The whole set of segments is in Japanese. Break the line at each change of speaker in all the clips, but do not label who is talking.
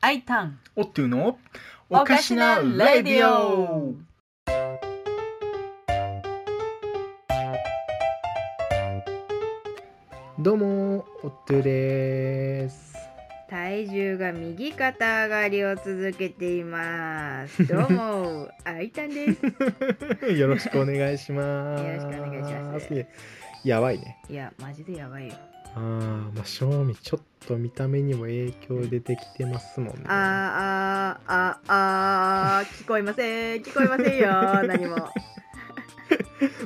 アイタン
おっていうのおかしなレディオどうもおってです
体重が右肩上がりを続けてい ますどうもアイタンです
よろしくお願いします
よろしくお願いします
ややばいね
いやマジでやばいよ
あーまあ正味ちょっと見た目にも影響出てきてますもんね
あーあーあーあー聞こえません聞こえません よ何も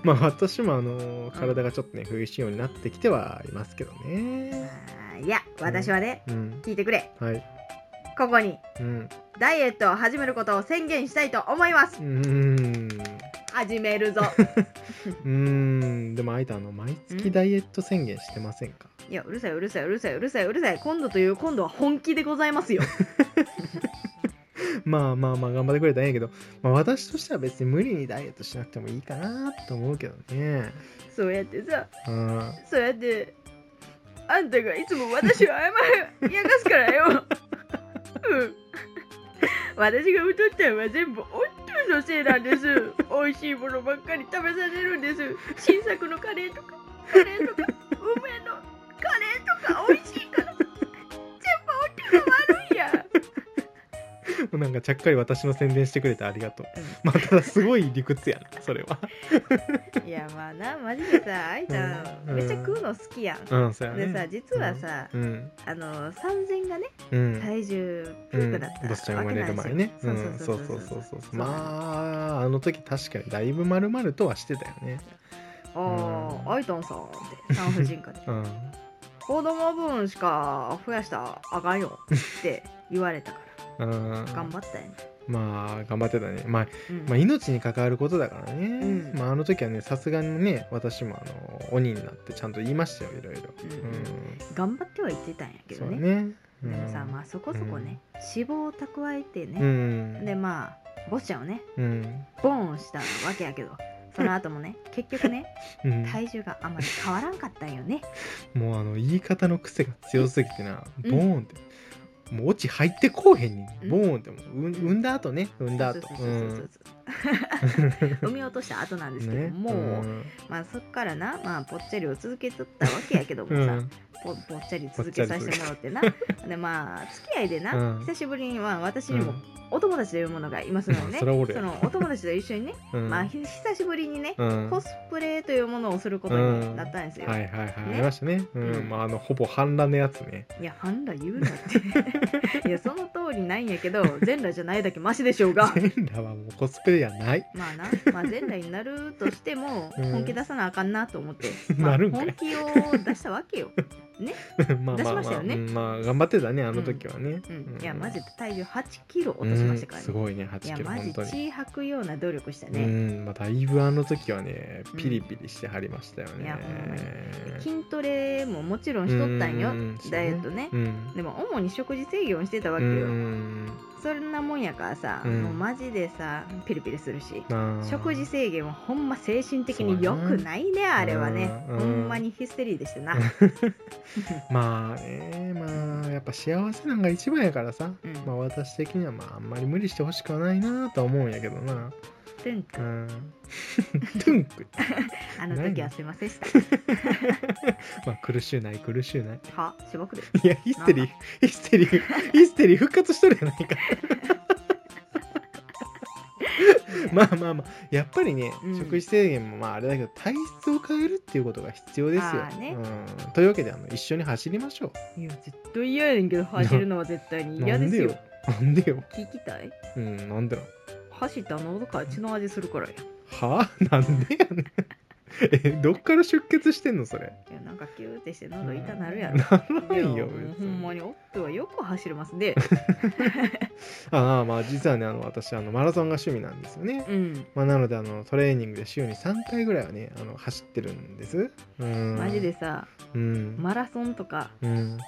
まあ私もあの体がちょっとね冬仕様になってきてはいますけどね
あーいや私はね、
うん
聞いてくれ
はい
ここに
うん
ダイエットを始めることを宣言したいと思います
うーん
始め るぞ
うーんでもあいたあの毎月ダイエット宣言してませんか
いやうるさいうるさいうるさいうるさいうるさい今度という今度は本気でござい ますよ
まあまあまあ頑張ってくれたらええけど、まあ、私としては別に無理にダイエットしなくてもいいかなと思うけどね
そうやってさ
うん
そうやってあんたがいつも私を謝りやがすから ようん私が太ったのは全部夫のせいなんです美味しいものばっかり食べさせるんです新作のカレーとかカレーとか梅のカレーとか美味しいから全部夫が悪いんや
なんかちゃっかり私の宣伝してくれてありがとうまあただすごい理屈やなそれはい
やまあなマジでさあいちゃん、
うん
めっちゃ食うの好きやん、
うんそうやね
でさ実はさ、
うん
あの産前がね
うん、
体重ピ
う
ー
ん
クだった
ボスちゃん生まれる前ね。
わけ
う
なん
ん
ですよ
そう
そう
そ
そうそ
うそう
そ
うそうう。
なの
まあ、あの時確かにだいぶ丸々とはしてたよね。
あ
う
あ
ん
アイトンさんって産婦人科で
うん。
子供分しか増やしたらあかんよって言われたから
うん、
頑張ったよね、
まあ頑張ってたね、まあ、
うん
まあ命に関わることだからね、
うん
まあ、あの時はねさすがにね私もあの鬼になってちゃんと言いましたよいろいろ、
う
うん
ん頑張っては言ってたんやけ
そ
ど
うだ
ね
ねう
で
ん
もさまあそこそこね、脂肪を蓄えて
う
ね、
ん
でまあボスちゃんをね
うん
ボーンしたわけやけどその後もね結局ね
うん
体重があまり変わらんかったんよね
もうあの言い方の癖が強すぎてな、
うん
ボーンってもうオチ入ってこうへんね
うん
んボーンってもううん産んだ後ね産んだ後
そうそうそうそうそう 産み落とした後なんですけど、
ね
もう、
ん
まあそっからなまあぽっちゃりを続けとったわけやけどもさ、
うん
ぽぽっちゃり続けさせてもらってなでまあ付き合いでな、
うん
久しぶりにまあ私
う
にも
ん
お友達というものがいますの でね、
そらおるやろ
のお友達と一緒にね、
うん
まあひ久しぶりにね、
うん
コスプレというものをすることになったんですよ、
はいはいはい、
ね
ありましたね、うん
うん
まあ、あのほぼ半裸のやつね
いや半裸言うなって いやその通りないんやけど全裸じゃないだけマシでしょう が
全裸はもうコスプレじゃない
まあな、まあ、前代になるとしても
うん
本気出さなあかんなと思って、まあ、
なるんか
本
い
気を出したわけよ。
まあ
出
ま
し
あ
まし
ま
た
あ、
よね
うんまあ頑張ってたねあの時はね、
うん、いや
うん
マジで体重8キロ落としましたから
うん
ね。
すごいね8
いや
キロ
マジ
本当に
血吐くような努力した
う
ね。
んまあ、だいぶあの時はね
うん
ピリピリしてはりましたよね、
いやほんまに筋トレももちろんしとったんよ、
うんそうね
ダイエットね。
うん
でも主に食事制限をしてたわけよ、
うん
そんなもんやからさ、
うん
もうマジでさピリピリするし
あー
食事制限はほんま精神的
そう
に良
やな
くないねあれはね
うん
ほんまにヒステリーでしたな、
まあねまあやっぱ幸せなんが一番やからさ、
うん
まあ私的にはまああんまり無理してほしくはないなとは思うんやけどな
てん
う
か
ん トゥンク
あの時はすいませんでし
まあ苦しゅうない苦しゅうない
たはしばくれ
いやヒステリーヒステリーヒステリー復活しとるやない かまあまあまあやっぱりね、
うん
食事制限もまああれだけど体質を変えるっていうことが必要ですよ
あ、ーね
うん、というわけであの一緒に走りましょ
いや絶対嫌やねんけど走るのは絶対
う
に嫌ですよ
なんでよなんでよ
聞きたい
うんなんでな
走った喉から血の味するからや
のはあなんでやねん えどっから出血してんのそれ
いやなんかキューってして喉痛なるやろ、
ならない
や
よ
もう
別
ほん
に
まに夫はよく走れます ね
ああまあ実はねあの私あのマラソンが趣味なんですよね、
うん
まあ、なのであのトレーニングで週に3回ぐらいはねあの走ってるんです。うん
マジでさ
うん、
マラソンとか
うん、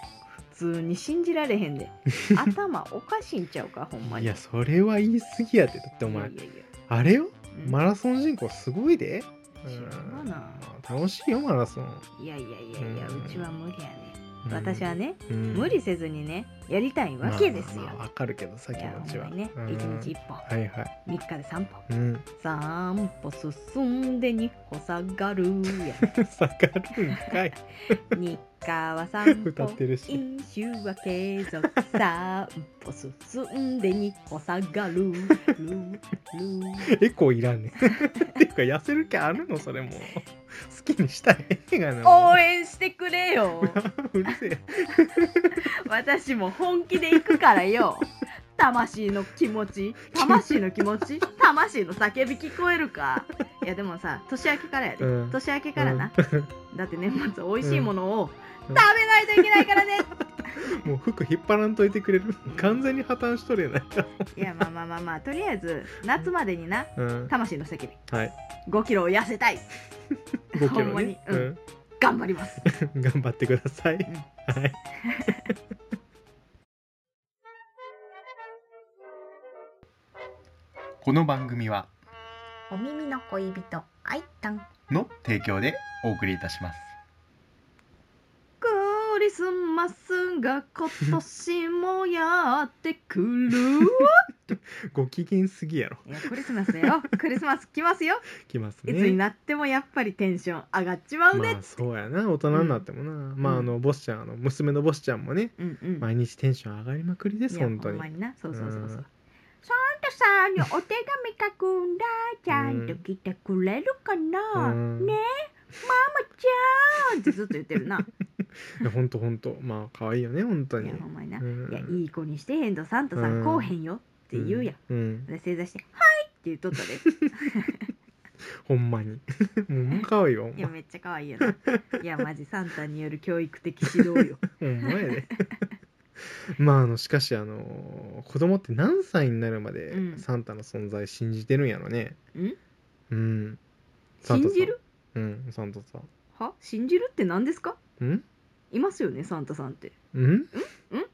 普通に信じられへ んで頭おかしいんちゃうかほんまに
いやそれは言い過ぎやでだってお前
いやいやいや
あれよ
うん
マラソン人口すごいで、うん
知らんわ
楽しいよマラソン、
いやいやいやいや
うん
うちは無理やね
うん
私はね
うん
無理せずにねやりたいわけですよ、
まあまあわかるけどさ
い
気
や
持ちは
ほんまにね
うん
1日1本
はいはい
3日で3本
うん
3歩進んで2歩下がる や
下がるんかい
日課は3
歌って
歩
るし
飲酒は継続3歩進んで2歩下が るルールー
エコーいらんねん っていうか痩せる気あるのそれもう好きにしたい映画なの
応援してくれよ
うるせえ
私も本気で行くからよ魂の気持ち魂の気持ち魂の叫び聞こえるかいやでもさ年明けからやで、
うん
年明けからな、だって年末美味しいものを食べ
うん
ないといけないからね、
もう服引っ張らんといてくれる完全に破綻しとるやないか
いやまあまあまあまあとりあえず夏までにな
うん
魂の叫び
はい
5キロを痩せたい
5キ
ほん
ロ
ま
ね
にうん頑張ります
うん、 頑張ってください、はい この番組は
お耳の恋人あいたん
の提供でお送りいたします
クリスマスが今年もやってく る
ご機嫌すぎやろ
いやクリスマスだよクリスマス来ますよ
きます
い
ね
つになってもやっぱりテンション上がっちまうね、
まあそうやな大人になってもな、まああのボスちゃんあの娘のボスちゃんもね
うんうん
毎日テンション上がりまくりです
いや
本当に
ほんまになそうそうそうそう
うん
サンタさんにお手紙書くんだちゃんと来てくれるかな、
うん
ねえママちゃんってずっと言って るない
いやほんとほんとまあ可愛いよね本当に
やほんまにな、
うん
いやいい子にしてへんぞサンタさん、
うん
こうへんよって言うやん、
うん、うん
で正座して「はい!」って言っとったで
ほんまに もう可愛いわほん
いや
ま
めっちゃ可愛いよ ないやマジサンタによる教育的指導よ
ほんまやで まああのしかしあの子供って何歳になるま
う
で
ん
サンタの存在信じてるんやろね
ん
うんサン
信
タさん
じる
うんサンタさん
は信じるって何ですか
うん
いますよねサンタさんって
うん
ん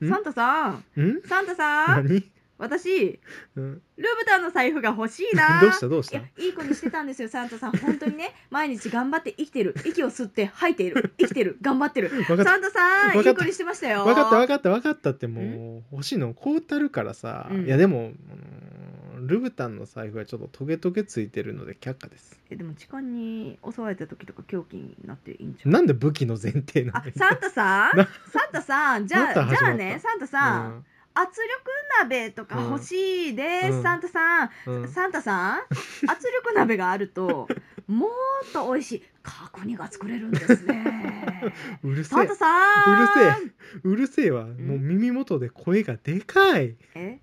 サンタさん
うん
サンタさん
何、
私
うん、
ルブタンの財布が欲しいな
どうしたどうし
い
た
やいい子にしてたんですよサンタさん本当にね毎日頑張って生きてる息を吸って吐いている生きてる頑張ってる
分かった
サンタさんい
わかった
い子にしてましたよ
分かった分かった分かったってもう欲しいのこうたるからさ、
うん
いやでもうーんルブタンの財布はちょっとトゲトゲついてるので却下です
えでも痴漢に襲われた時とか狂気になっていいんちゃう
なんで武器の前提な
あ
のに
サンタさん
な
サンタさんじ
ま
ゃあ
た始まっ
じ
た
ゃあねサンタさん、圧力鍋とか欲しいです、
うん
サンタさん、
うんうん
サンタさん 圧力鍋があるともっと美味しい角煮が作れるんですね
うるせ
サン
え
タさん
うるせえうるせえわもう耳元で声がでかい
え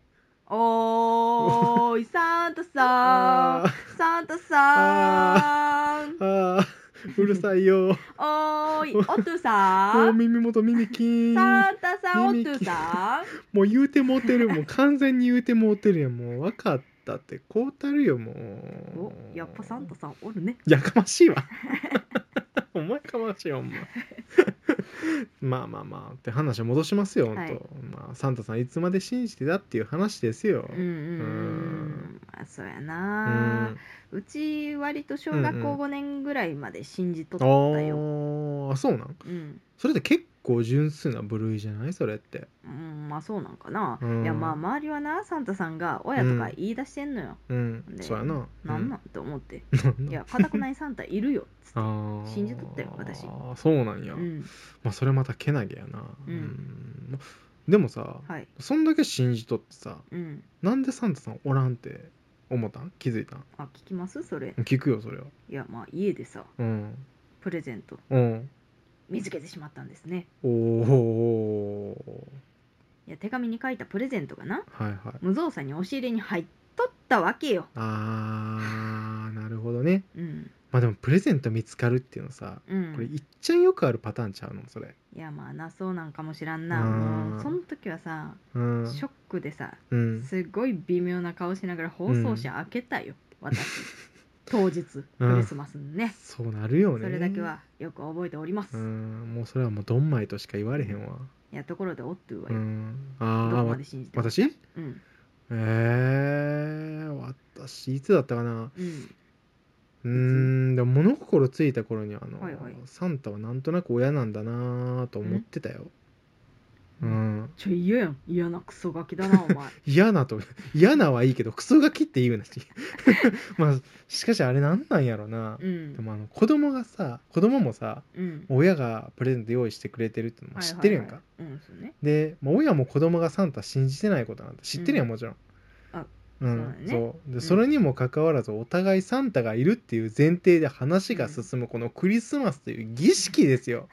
おーいサンタさん
あ
サンタさん
ーあーうるさ いよ
おーいおと
も
さ
うん耳元耳キーン
サンタさんお
耳
とさ
もう言うてもうてるもう完全に言うてもうてるやんもう分かったってこうたるよも
んお
う
やっぱサンタさんおるね
やかま しいわお前やかましいよお前まあまあまあって話を戻しますよ、
はい
本当まあサンタさんいつまで信じてたっていう話ですよ、
うんうんうんうんあそうやなうち割と小
う
学
んう
校
ん
5年ぐらいまで信じとったよ
ああそうなん
うん
それって結構純粋な部類じゃないそれって
うんまあそうなんかな
うん
いやまあ周りはなサンタさんが親とか言い出してんのよ
うん
ね
そうやな
なんなん
う
って思って
んなんな
い
ん
やかたくないサンタいるよっつって
あー
信じとったよ私
あーそうなんや、
うん
まあそれまたけなげやな
うん
んでもさ
はい
そんだけ信じとってさ
うん
なんでサンタさんおらんって思ったん気づいたん
あ聞きますそれ
聞くよそれはい
やまあ家でさ
うん
プレゼント
うん
見つけてしまったんですね
おお
いや手紙に書いたプレゼントがな
はいはい
無造作に押し入れに入っとったわけよ
あーなるほどね
うん
まあでもプレゼント見つかるっていうのさ
う
これ
ん
いっちゃんよくあるパターンちゃうのそれ
いやまあなそうなんかもしらんな
うん
もうその時はさ
うん
ショックでさ
うん
すごい微妙な顔しながら放送車開けたよ、 私当日クリスマスにね、
そうなるよね
それだけはよく覚えております、
うんもうそれはもうドンマイとしか言われへんわ
いやところでおっとぅは
う
よ、
ん
ど
ああ
こ
わ
まで信じても
私
うん
えー、私いつだったかな
うん
うーんでも物心ついた頃にはあの、
はいはい
サンタはなんとなく親なんだなーと思ってたようん
ちょ嫌やん嫌なクソガキだ なお前
嫌なと嫌なはいいけどクソガキって言うなし まあしかしあれなんなんやろな、
う
で
ん
もあの子供がさ子供もさ
うん
親がプレゼント用意してくれてるってのも知ってるやんか、
はいはいはいうんそうね
で、まあ、親も子供がサンタ信じてないことなんて知ってるやんもちろん、
あ
う
そうだ
ん
ね
そうで
ん
それにもかかわらずお互いサンタがいるっていう前提で話が進むこのクリスマスという儀式ですよ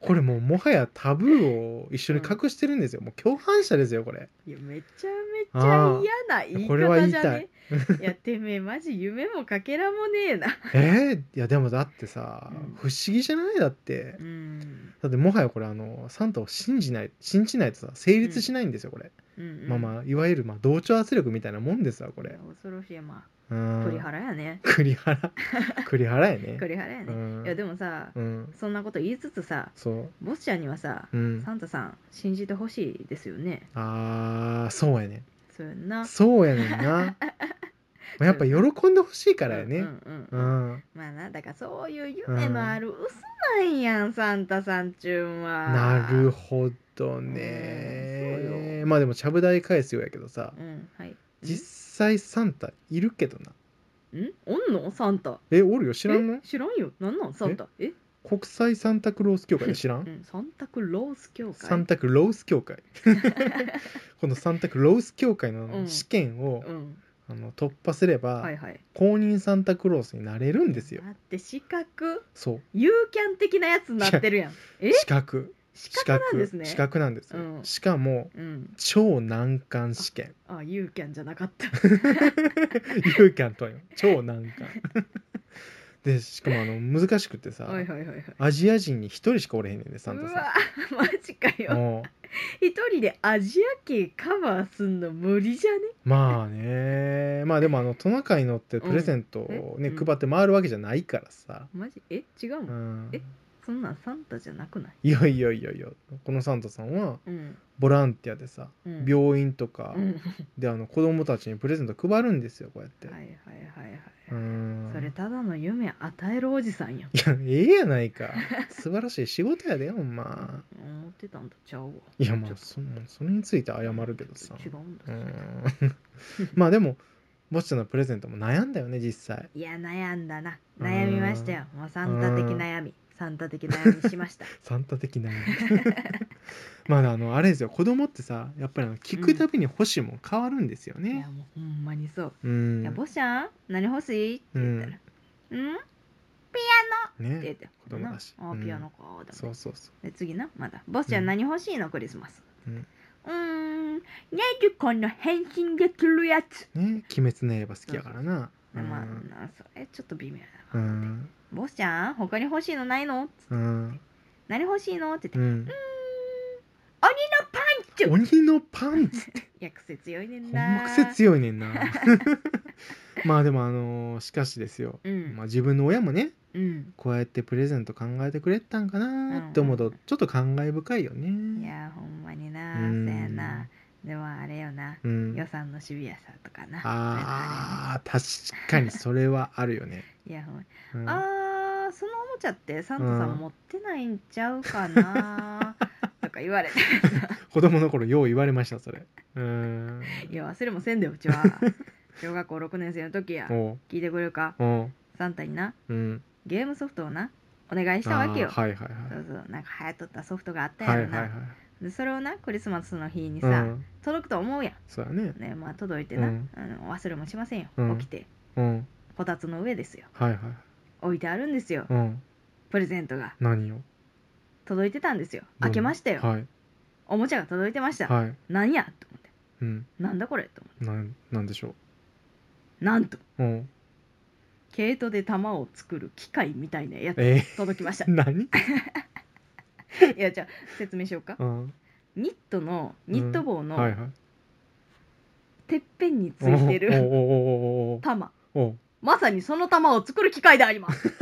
これもうもはやタブーを一緒に隠してるんですよもう共犯者ですよこれ
いやめちゃめちゃ嫌な言い
これは
方
言い
じゃ
た
ね
い
いやてめえマジ夢もかけらもねえな
えー、いやでもだってさ、
うん
不思議じゃないだって
うん
だってもはやこれあのサンタを信じない信じないとさ成立しないんですよこれ、
うんうん
まあまあいわゆるまあ同調圧力みたいなもんですわこ
い
れ
や恐ろしいま
う
あ
ん
栗原やね
栗原栗原やね
栗原や
う
ね
ん
いやでもさ
うん
そんなこと言いつつさ
そう
ボスちゃんにはさ
うん
サンタさん信じてほしいですよね
あーそうやね
そうやんな
そうやねん なまあやっぱ喜んでほしいからやね
うんうんう
うんん、
まあなだからそういう夢のある薄なんやんサンタさんちゅんは
なる
う
ほど
んそう
ねまあでもちゃぶ台返すようやけどさ
うんはい
実際サンタいるけどな
うんおんのサンタ
えおるよ知らんの
え知らんよなんなんサンタえ
国際サンタクロース協会知ら
うんんサンタクロース協会
サンタクロース協会 このサンタクロース協会
う
の
ん
試験を、
うん
あの突破すれば、
はいはい
公認サンタクロースになれるんですよ
だって資格
そう
ユーキャン的なやつになってるやんえ
資格
資格なんですね
資格なんですよ、
うん
しかも
うん
超難関試験
あユーキャンじゃなかった
ユーキャンとは言わん超難関 でしかもあの難しくてさ、
はいはいはいはい
アジア人に一人しかおれへんねんでサン
うわ
タさ
マジか
ん
よ
も
一人でアジア系カバーすんの無理じゃね
うまあねまあでもあのトナカイ乗ってプレゼントをね、
うんえうん
配って回るわけじゃないからさ、
マジえ違う
う
の
ん
え、そんなんサンタじゃなくない
いやいやいやいやこのサンタさんは
うん
ボランティアでさ、
うん
病院とか、
うん
であの子供たちにプレゼント配るんですよこうやって、
はいはいはいは
うーん
いそれただの夢与えるおじさんやん
いやええやないか素晴らしい仕事やでほんま
思ってたんとちゃうわ
いやま
ちょ
あ
っと
そもうそれについて謝るけどさ
違うんだ
う
そ
ー
れ
ん まあでもぼっちゃんのプレゼントも悩んだよね実際
いや悩んだな悩みましたよもうサンタ的悩みサンタ的悩みしました
サンタ的な まああのあれですよ子供ってさやっぱりあの聞くたびに欲しいもん変わるんですよ
いや
ね
もうほんまにそう「
うん
いやボシャン何欲しい?」って言ったら「うん?」って言っ
ね
て
子供だし
あ
うん
ピアノかだね
そうそうそう
で次なまだ「ボシャン何欲しいのクリスマス」
うん
うーんねじこの変身できるやつ
ね鬼滅の刃好きやからなう
まあ
ん
なそれちょっと微妙や
う
な、
ん
ボスちゃん他に欲しいのないの?つって」
うん
何欲しいの?」って言って
うん
ちょ
鬼のパン ツ
「いや癖強いねん
ほん
な
ま」癖強いねんな まあでもあのーしかしですよ、
うん、
まあ、自分の親もね
うん
こうやってプレゼント考えてくれてたんかなって思う
う
と
ん
ちょっと感慨深いよね
いやほんまにな
うん
そやなでもあれよな
うん
予算のシビアさとかな
あー確かにそれはあるよね、
いやほんま
うん
あーそのおもちゃってサンタさん持ってないんちゃうかなとか言われて
子供の頃よう言われましたそれうん
いや忘れもせんでうち は小学校6年生の時や
おう
聞いてくれるか
おう
サンタにな
うん
ゲームソフトをなお願いしたわけ
あ
よ
ーはいはい
そうそうなんか流行っとったソフトがあった
は
や
い
ろ
はい
な、
はい
でそれをなクリスマスの日にさ、
はいうん
届くと思うや
そうやね
んねまあ届いてな、
うん
あの忘れもしませんよ、
うん
起きて
うん
こたつの上ですよ
はいはい
置いてあるんですよ、
うん
プレゼントが
何を
届いてたんですよ開けましたよ、
はい
おもちゃが届いてました、
はい
なんやと思って
うん
なんだこれと思
なんなんでしょ
ってなんと
ううん
毛糸で玉を作る機械みたいなやつ
え
届きました
ー、 何
いやじゃあ説明しようか
うん
ニットのニット帽の
はいはい
てっぺんについて
おう
る
おうおうおう
玉
おうおう
まさにその玉を作る機械であります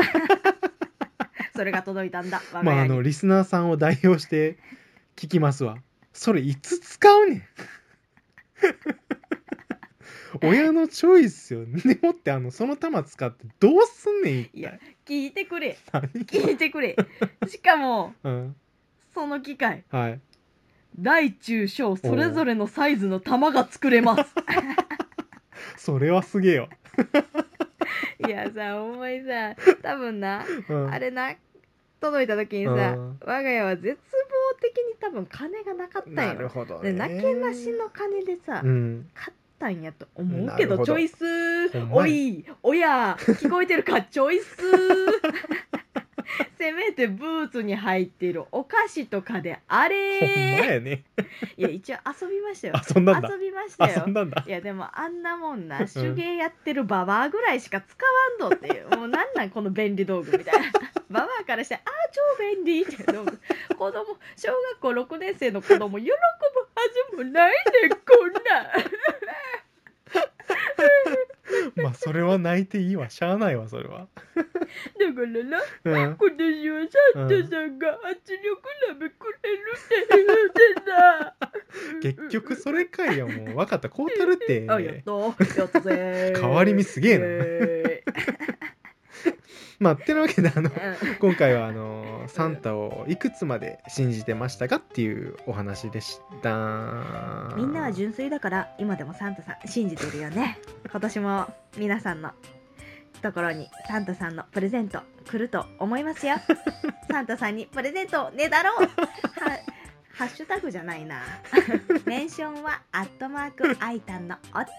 それが届いたんだ我が
まあ
家
あ
に、
のリスナーさんを代表して聞きますわそれいつ使うねん 親のチョイスよでもってあのその玉使ってどうすんねん
い
一
や
体
聞いてくれ
何
聞いてくれしかも
うん
その機械
はい
大中小それぞれのサイズの玉が作れます
それはすげえわ、
いやさお前さ多分な
うん、
あれな届いた時にさ、
うん
我が家は絶望的に多分金がなかった
なんる
よ。
ほど
で
ね
なけなしの金でさ、
うん
買ったんやと思うけ
なる
ど
ほ
チ
ど
ョイス
ほんま
おいおや聞こえてる かチョイス せめてブーツに入っているお菓子とかであ
ほんま
れ
やね
いや一応遊びましたよ
遊んだんだ
遊びましたよ
遊んだ んだ
いやでもあんなもんな手芸やってるババアぐらいしか使わんぞっていう もうなんなんこの便利道具みたいな ババアからしてああ超便利って道具子供小学校6年生の子供喜ぶはずもないねんこんなん
まあそれは泣いていいわしゃあないわそれは
だからな
うん
今年はサンタさんが圧力鍋くれるって言うてな
結局それかいやもう分かったこうたるっ
あやってたやったぜ
変わり身すげえな
え
まあってなわけであの
ー
今回はあのサンタをいくつまで信じてましたかっていうお話でした
みんなは純粋だから今でもサンタさん信じてるよね今年も皆さんのところにサンタさんのプレゼント来ると思います よサンタさんにプレゼントをねだろうはハッシュタグじゃない なメンションはアットマークアイタンのオッツ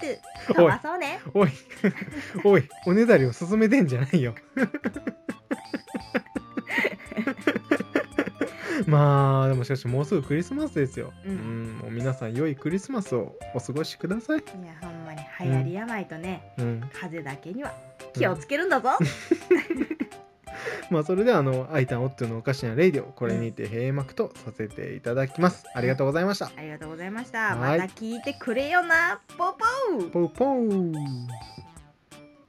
おい
飛ばそうね
おい おいおねだりを勧めてんじゃない よまあでもしかしもうすぐクリスマスですよ、
うん
もう皆さん良いクリスマスをお過ごしください、
いやほんまに流行り病とね、
うん、
風邪だけには気をつけるんだぞ、
まあそれではあの「アイタンオットゥのおかしなレイディオ」これにて閉幕とさせていただきますありがとうございました
ありがとうございました
は
ま
い
た聞いてくれよなポポー
ポウポウ